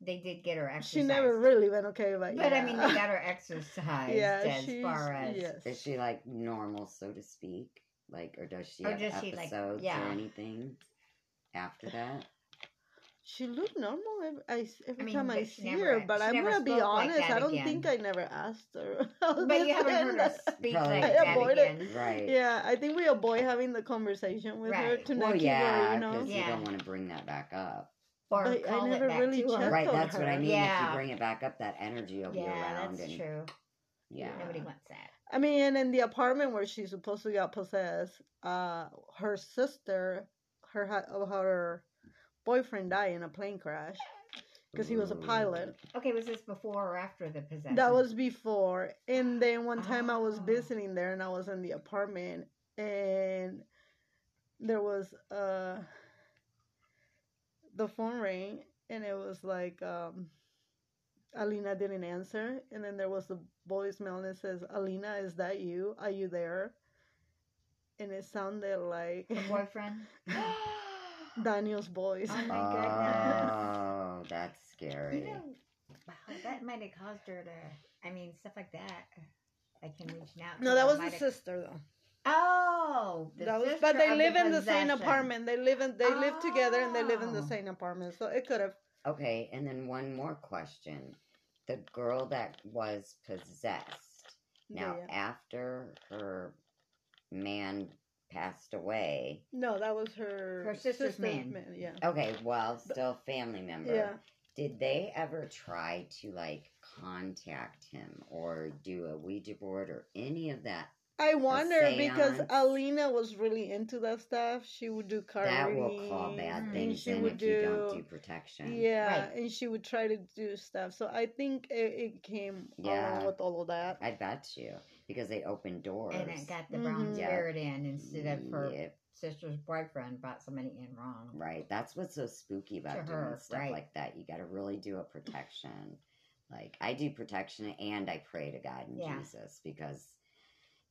They did get her exercised.
she never really went okay, but
But
yeah.
I mean, they got her exercised
yeah,
as
she's,
far as.
yes.
is she like normal, so to speak? Like, or does she
Or
have
does she, like-
episodes
yeah.
or anything after that?
She looked normal every, I s every
mean,
time I
but she
see
never-
her, but
she
I'm
never
gonna be
spoke like
honest.
that
I don't
again.
think I never asked her.
But you haven't heard her speak
Probably I
like that
avoid it.
again.
Right.
Yeah, I think we avoid having the conversation with her
Right.
to not
Well,
keep her,
yeah,
you know.
because you
Yeah.
don't want to bring that back up.
Or
But I
call
never
it back
really
to her.
checked.
right,
on
that's what I
her.
mean. If
Yeah.
you bring it back up, that energy will be
Yeah,
around.
that's
and,
true.
Yeah.
Nobody wants that.
I mean, and in the apartment where she supposedly got possessed, uh, her sister, her hu- her boyfriend died in a plane crash because he was a
Ooh.
pilot.
Okay, was this before or after the possession?
That was before. And then one time I was
Oh.
visiting there and I was in the apartment and there was uh the phone rang and it was like um Alina didn't answer and then there was the voicemail and it says Alina is that you? Are you there? And it sounded like
the boyfriend.
Daniel's voice.
Oh my goodness.
Oh, that's
You
scary.
know, Wow, that might have caused her to. I mean, stuff like that. I can reach now.
No, that was
might
the
have-
sister though.
Oh, the
That was,
sister
but they
of
live in the same
possession.
apartment. They live in they live together and they live in the
Ah.
Oh.
same apartment. So it could have.
Okay, and then one more question. The girl that was possessed. Now,
yeah.
after her man passed away,
No, that was her
Her sister's man.
Yeah.
okay, well, still family member.
Yeah.
Did they ever try to like contact him or do a Ouija board or any of that?
I wonder because
seance.
Alina was really into that stuff. She would do card
That will
reading.
call bad
Mm.
things
She
in if
would
you don't
do-
do protection.
Yeah,
Right.
and she would try to do stuff. So I think it, it came
Yeah.
along with all of that.
I bet you. Because they open doors.
And it got the brown
Mhm.
Yeah.
spirit in instead of her
Yep,
sister's boyfriend brought somebody in wrong.
right. That's what's so spooky about
To
doing
her,
stuff
right.
like that. You got to really do a protection. Like I do protection and I pray to God and
Yeah.
Jesus because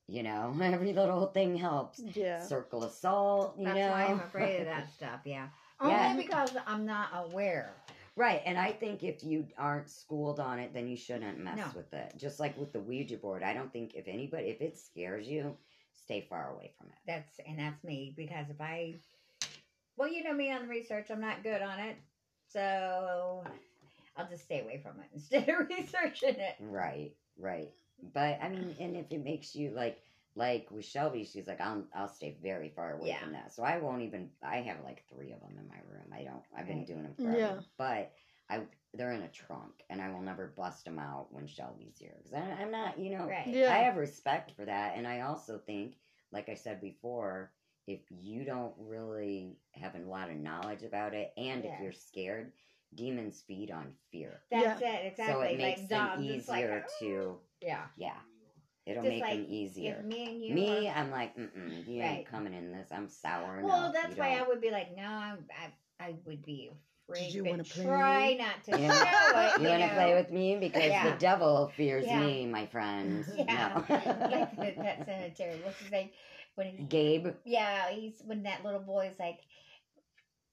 you know every little thing helps.
Yeah.
Circle of salt, you
That's
know.
why I'm afraid of that stuff. Yeah, only
Yeah.
because I'm not aware.
Right, and I think if you aren't schooled on it, then you shouldn't mess
No.
with it. Just like with the Ouija board, I don't think if anybody, if it scares you, stay far away from it.
That's and that's me because if I, well, you know me on the research, I'm not good on it, so I'll just stay away from it instead of researching it.
Right, right. But I mean, and if it makes you like, like with Shelby, she's like, I'll, I'll stay very far away
Yeah.
from that. So I won't even. I have like three of them in my room. I don't. I've been
Right.
doing them forever.
Yeah.
But I, they're in a trunk, and I will never bust them out when Shelby's here because I'm not. You know,
Right.
Yeah.
I have respect for that, and I also think, like I said before, if you don't really have a lot of knowledge about it, and
Yeah.
if you're scared, demons feed on fear,
That's it exactly.
so it makes
like
them
Dom's just like,
easier
"Oh."
to,
yeah.
yeah, it'll
Just
make
like
them easier.
If me and you,
Me,
are-
I'm like, mm you
Right.
ain't coming in this. I'm sour.
well,
enough.
that's
You
why
don't-
I would be like, no, I'm, I, I would be afraid.
Did you
but
wanna play?
Try not to
Yeah.
show it.
You want to
know?
play with me because
Yeah.
the devil fears
Yeah.
me, my friend.
Yeah. like the
No.
pet cemetery. What's his name? When he,
Gabe
yeah, he's when that little boy is like.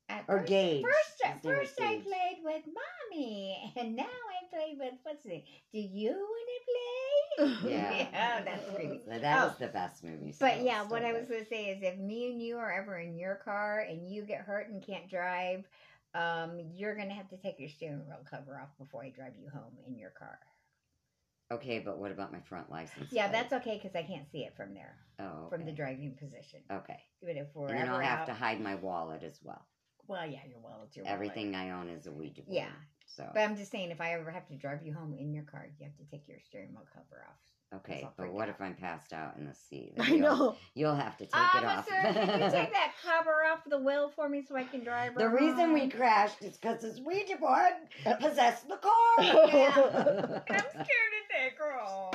At
or
first,
Gage.
First,
His name is
first I
Gage.
played with mommy, and now I play with what's his name? Do you want to play?
Yeah.
yeah that's creepy.
So that
Oh.
was the best movie.
But
still-
yeah,
still
what I was
good.
going to say is if me and you are ever in your car and you get hurt and can't drive, um, you're going to have to take your steering wheel cover off before I drive you home in your car.
okay, but what about my front license?
Yeah,
plate?
that's okay because I can't see it from there,
oh,
from the
okay.
driving position.
Okay,
But if we're
and then I'll
ever
have
out,
to hide my wallet as well.
well, yeah, your wallet's your wallet.
Everything I own is a Ouija board.
Yeah.
So
But I'm just saying, if I ever have to drive you home in your car, you have to take your steering wheel cover off.
okay,
I'll
but
freak
what
out.
if I'm passed out in the seat? Then
I
you'll-
know.
You'll have to take it off.
Officer, can Oh, you take that cover off the wheel for me so I can drive her
The reason we
home?
crashed is because this Ouija board
Uh.
possessed the car.
Yeah. I'm scared to take her home.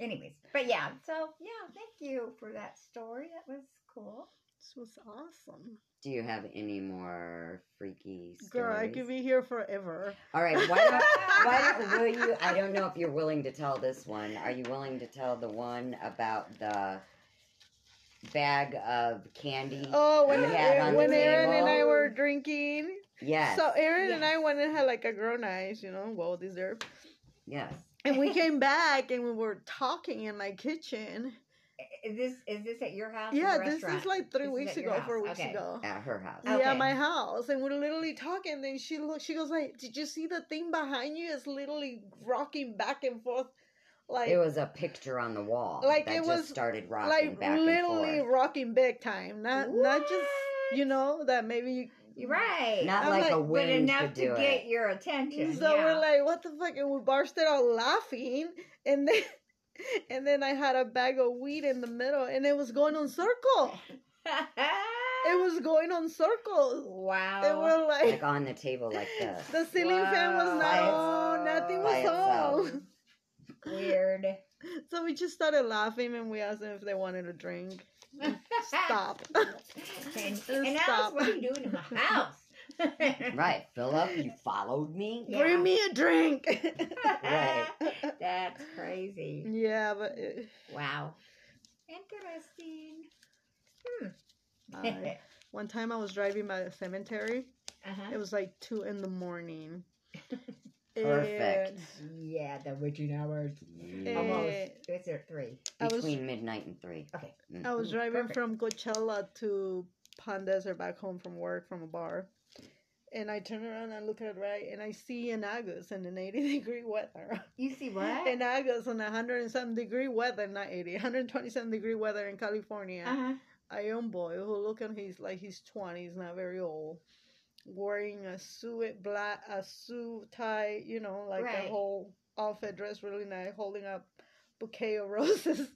anyways but yeah so yeah thank you for that story that was cool
this was awesome.
Do you have any more freaky stories?
Girl, I could be here forever.
All right, why don't, why don't will you? I don't know if you're willing to tell this one. Are you willing to tell the one about the bag of candy?
Oh, when,
You had on the
when Aaron and I
table.
were drinking.
yes,
So Aaron and I
Yes.
went and had like a grown eyes, you know, well deserved.
yes.
And we came back and we were talking in my kitchen.
is this is this at your house or
yeah,
the
this
restaurant?
is like three
This is
weeks
at your
ago,
house.
four weeks
Okay.
ago.
At her house.
Oh.
Yeah,
Okay.
my house, and we're literally talking. Then she looks, she goes like, "Did you see the thing behind you? It's literally rocking back and forth, like
It was a picture on the wall
Like,
that
it
just
was-
started rocking
like
back
literally
and forth.
rocking big time. Not not just you know that maybe you
You're right
Not
I'm
like,
like-
a
but
wind
enough
could do
to
it.
get your attention
So
yeah.
we're like, what the fuck? And we bursted out laughing. And then and then I had a bag of weed in the middle and it was going on circle. It was going on circle.
wow
And we're
like
like
on the table like this.
the ceiling fan
Wow.
was not
By
on, nothing
by
was
itself.
on.
weird
So we just started laughing and we asked them if they wanted a drink. Stop.
and,
Just
and
stop.
Alice, what are you doing in my house
Right, Philip, you followed me.
Yeah.
Bring me a drink.
Right.
that's crazy
yeah, but uh, it,
wow interesting
I- one time I was driving by the cemetery
Uh-huh.
It was like two in the morning.
Perfect.
Yeah, the witching hours.
Yeah.
Almost.
Almost.
Eh,
Is there three?
I was-
Between midnight and three. Mm.
Okay.
And I was
Ooh,
driving
Mm, perfect.
from Coachella to Palm Desert back home from work from a bar. And I turn around and look at it right, and I see in August in an 80 degree weather.
You see what?
In August, on 100 and some degree weather, not 80, 127 degree weather in California.
uh-huh.
a young boy who look at he's like he's 20 he's not very old wearing a suit black a suit tie you know like
Right.
a whole outfit dressed really nice holding up bouquet of roses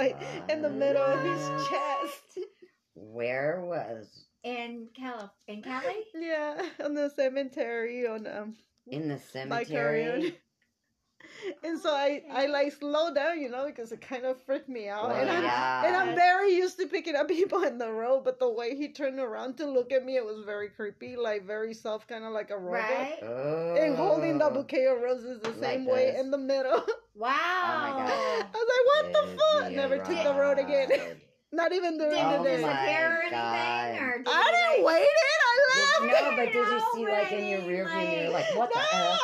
like in the middle of his chest
Where was
In Cali. In Cali?
yeah on the cemetery on um
in the
my carrier
cemetery?
and so i i like slow down you know because it kind of freaked me out
Well,
and i'm
yeah.
And I'm very used to picking up people in the road, but the way he turned around to look at me, it was very creepy, like very soft, kind of like a robot.
Right?
Oh.
And holding the bouquet of roses the
Like
same way
this.
in the middle.
Wow.
I was like, what
Give
the fuck?
me a
Never took the road again.
ride.
Not even during
Did
Oh
it
the day.
my
disappear or
God.
anything? Or did
I
you,
didn't
like-
wait it. I
Did-
left.
no, but did you see like in your
Already,
rear view mirror, like
No,
what the F?
I was just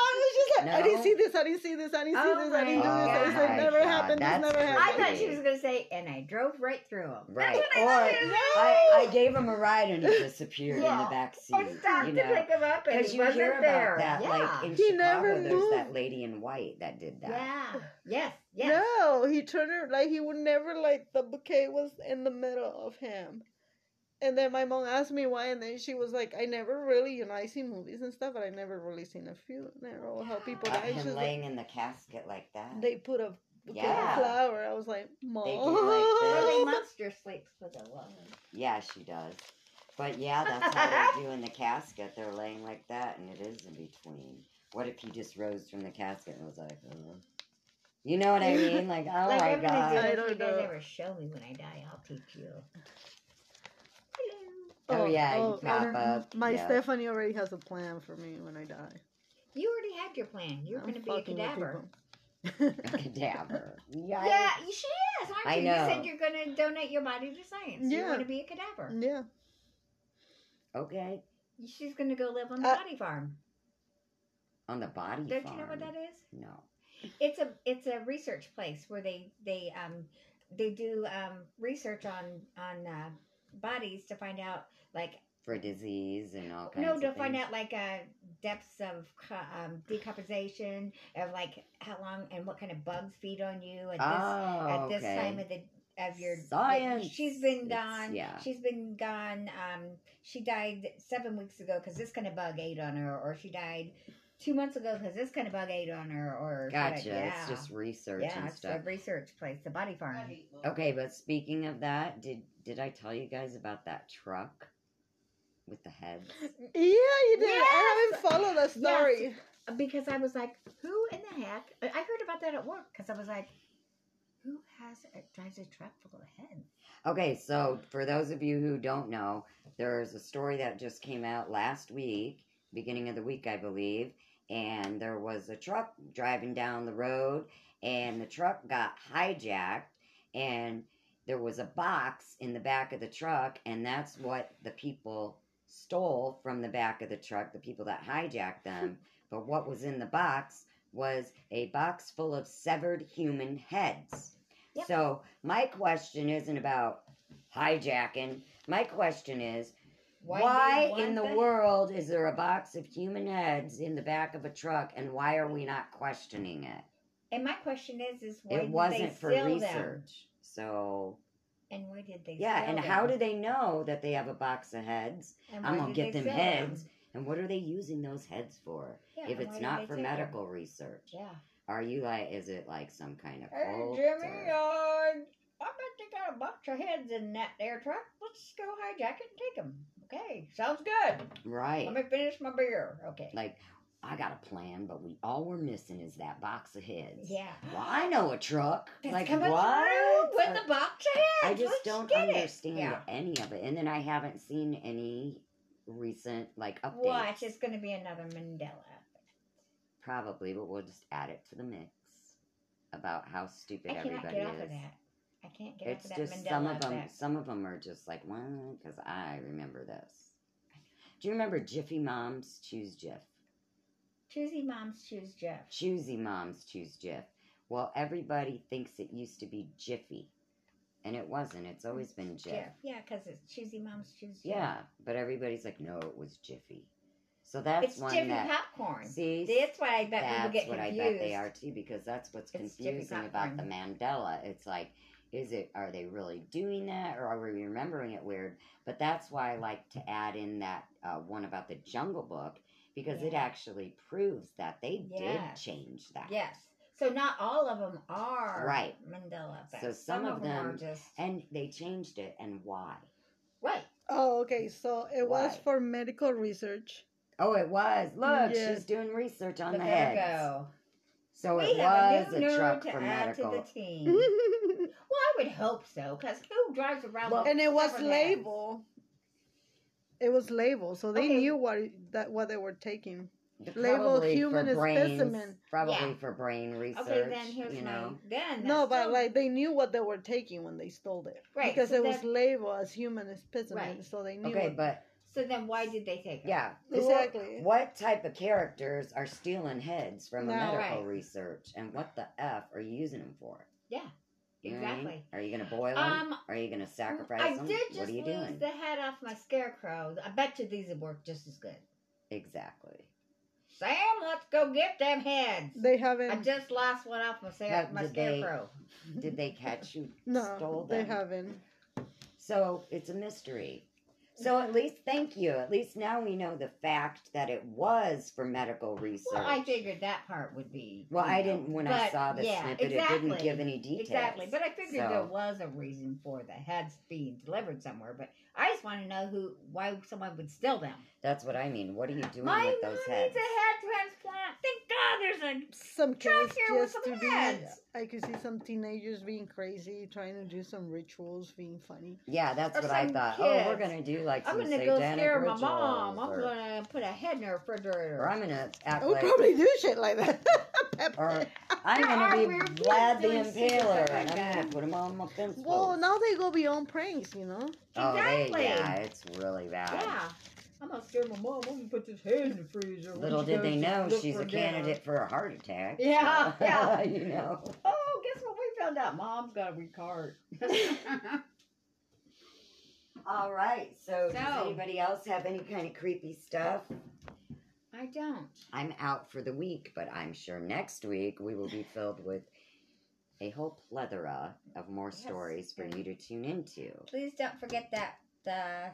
like, I didn't
No?
see this, I didn't see this, I didn't see
Oh
this, I didn't do this.
my
I was like,
God.
never
God,
happened, this
that's
never
I
happened.
thought she was going to say, and I drove right through them.
Right.
That's what I thought she
Or
was
I, I gave him a ride and he disappeared in
Yeah.
the back seat.
gonna say. I stopped
you
to
know.
pick him up and
Because
he
you
wasn't
hear about
there.
that,
yeah.
like in
He
Chicago,
never
there's that
moved.
lady in white that did that.
yeah. Yes. Yes.
No, he turned her like he would never like the bouquet was in the middle of him. And then my mom asked me why, and then she was like, "I never really, you know, I see movies and stuff, but I never really seen a funeral how people
Of
die. She's
him
like,
laying in the casket like that.
they put a bouquet
Yeah.
of flower. I was like,
do
mom,
like this.
Really, Munster sleeps with a woman.
yeah, she does. But yeah, that's how they do in the casket. They're laying like that, and it is in between. What if he just rose from the casket and was like, uh you know what I mean? Like, oh
like
my
I'm gonna
god.
do it
I
if
don't
you guys
know.
ever show me when I die, I'll teach you. Hello.
Oh, yeah, you pop
and
up,
My
yeah.
Stephanie already has a plan for me when I die.
You already had your plan. You're
I'm
gonna be a
fucking with
cadaver.
people.
A cadaver. Yikes.
Yeah, she is, aren't
I
you? You
know.
said you're gonna donate your body to science. You
Yeah.
wanna be a cadaver.
yeah,
Okay.
She's gonna go live on the
Uh,
body farm.
On the body
Don't
farm.
you know what that is?
No.
It's a it's a research place where they they um they do um research on on uh, bodies to find out like
For disease and all kinds
No,
of
to find
things.
out like uh, depths of co- um, decomposition of like how long and what kind of bugs feed on you at this
oh,
at this
okay.
time of the of your
Science.
She's been
It's-
gone.
yeah.
She's been gone. Um, she died seven weeks ago because this kind of bug ate on her, or she died two months ago because this kind of bug ate on her, or
Gotcha.
Yeah.
It's just research
yeah,
and
it's
stuff.
a research place, the body farm.
Okay, but speaking of that, did did I tell you guys about that truck with the heads?
yeah, you did. I
Yes!
haven't followed that story.
because I was like, who in the heck? I I heard about that at work because I was like, who has a, drives a truck full of heads?
Okay, so for those of you who don't know, there's a story that just came out last week, beginning of the week, I believe, and there was a truck driving down the road, and the truck got hijacked, and there was a box in the back of the truck, and that's what the people stole from the back of the truck, the people that hijacked them. but what was in the box was a box full of severed human heads.
Yep.
So my question isn't about hijacking. My question is,
do you
why,
want
in the
that?
world is there a box of human heads in the back of a truck, and why are we not questioning it?
And my question is, is why
it wasn't
did
for
they seal
research.
them?
So
And why did they?
yeah,
seal
and
them?
how do they know that they have a box of heads?
And
I'm
why
gonna
did
get
they
them
seal
heads and what are they using those heads for?
Yeah,
if
and why
it's
did they
not for
take them?
medical research,
Yeah.
are you like, is it like some kind of
Hey,
cult?
Jimmy, uh,
or-
I bet they got a bunch of heads in that there truck. Let's go hijack it and take them. Okay, sounds good.
right?
Let me finish my beer. Okay.
Like, I got a plan, but we all we're missing is that box of heads.
yeah.
Well, I know a truck.
That's
like
coming
what?
through with the box of
I
heads.
just
Let's
don't
get it.
understand
Yeah.
any of it, and then I haven't seen any recent like updates.
Watch, it's going to be another Mandela.
Probably, but we'll just add it to the mix about how stupid
I cannot
everybody
get off
is.
of that. I can't get
It's
off of that
just
Mandela
some of them.
effect.
Some of them are just like, well, because I remember this. Do you remember Jiffy Moms Choose Jiff?
Choosy moms choose Jeff.
Choosy Moms Choose Jiff. Well, everybody thinks it used to be Jiffy, and it wasn't. It's always been Jiff.
Jeff. Yeah, because it's choosy moms choose Jeff.
Yeah, but everybody's like, no, it was Jiffy. So that's
it's
one
Jiffy
that.
popcorn.
See,
That's why I bet people
that's
get
what
confused.
I bet they are too, because that's what's
It's Jiffy
confusing about the
popcorn.
Mandela. It's like, is it? Are they really doing that, or are we remembering it weird? But that's why I like to add in that uh, one about the Jungle Book because it
Yeah.
actually proves that they
Yes.
did change that.
Yes. So not all of them are
Right.
Mandela effect.
So some of
are
them-
just
And they changed it, and why?
right.
Oh, okay. So it was
Why?
for medical research.
Oh, it was. Look,
Yes.
she's doing research on
the
the, heads.
Virgo.
So
we
it
have
was
a new nerd
truck
to
for
add to the
medical.
team. well,
Mm-hmm.
and
I would hope so, because who drives around?
Well,
with
it was
severed heads?
label. It was label, so they
Okay.
knew what that what they were taking.
The-
Labeled
probably
human
for
as
brains,
specimen.
Probably
Yeah.
for brain research.
Okay, then here's
you
my
know.
then.
no,
that's
but
still-
like they knew what they were taking when they stole it,
right
Because
so
it was
then-
labeled as human specimen,
Right.
so they knew.
Okay,
it.
but
so then why did they take it?
yeah, who-
exactly.
What type of characters are stealing heads from a
No.
medical
Right.
research, and what the f are you using them for?
Yeah,
You know what I mean?
exactly.
Are you gonna boil them?
Um,
are you gonna sacrifice
I
them?
did just
what are you
lose
doing?
the head off my scarecrow. I bet you these would work just as good.
Exactly.
Sam, let's go get them heads.
They
I
haven't.
just lost one off my, sa-
Have-
my
did they-
scarecrow.
Did they catch you?
No,
stole
they
them?
haven't.
So it's a mystery. So at least, thank you. At least now we know the fact that it was for medical research.
Well, I figured that part would be.
Well,
you
I
know,
didn't when I
but
saw the
yeah,
snippet. It didn't
exactly.
give any details.
Exactly, but I figured
So-
there was a reason for the heads being delivered somewhere. But I just want to know who, why someone would steal them.
That's what I mean. What are you doing
My
with
mom
those
needs
heads?
a head transplant. Thank God there's a
Some
Track
kids
here with
just
some
to be.
heads.
I could see some teenagers being crazy, trying to do some rituals, being funny.
Yeah, that's
Or
what I
some
thought. Oh, we're
kids.
gonna do like
I'm
some
gonna go
satanic
scare my
rituals,
mom. I'm
or,
gonna put a head in her refrigerator.
or I'm gonna act
I would
like,
probably do shit like that.
or I'm
are
gonna
weird
be Vlad
kids
the
doing stupid
Impaler, and
stuff like
I'm gonna
that.
put him on my fence
well,
post.
now they go beyond pranks, you know.
Oh, they,
Exactly.
yeah, it's really bad.
yeah. I'm gonna scare my mom. I'm gonna put this head in the freezer. when
Little
she
did they
goes to
know
look
she's
for
a
dinner.
candidate for a heart attack.
Yeah,
so,
yeah.
you know.
Oh, guess what? We found out mom's got a weak heart.
All right. So, does
So-
anybody else have any kind of creepy stuff?
I don't.
I'm out for the week, but I'm sure next week we will be filled with a whole plethora of more
Yes.
stories for you to tune into.
Please don't forget that the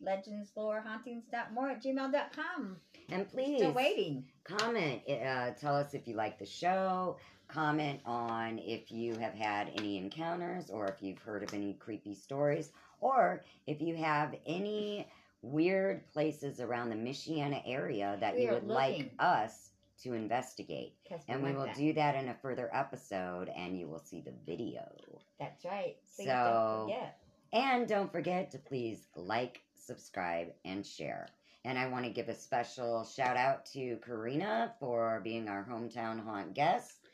legends, lore, hauntings, dot more at gmail.com.
And
Still
please
waiting.
comment. Uh, tell us if you like the show. Comment on if you have had any encounters or if you've heard of any creepy stories or if you have any weird places around the Michiana area that
We
you
are
would like
looking.
us to investigate.
'cause
And we
like
will
that.
do that in a further episode, and you will see the video.
That's right.
So-
Please don't forget.
And don't forget to please like, subscribe, and share. And I want to give a special shout out to Karina for being our hometown haunt guest.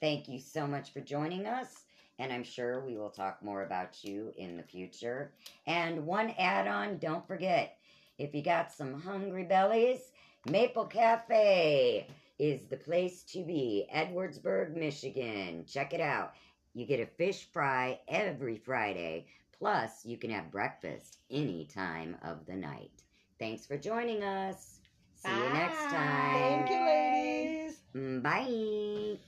Thank you so much for joining us. And I'm sure we will talk more about you in the future. And one add on don't forget if you got some hungry bellies, Maple Cafe is the place to be, Edwardsburg, Michigan. Check it out. You get a fish fry every Friday. Plus, you can have breakfast any time of the night. Thanks for joining us. See you next
Bye.
time.
Thank you, ladies.
Bye.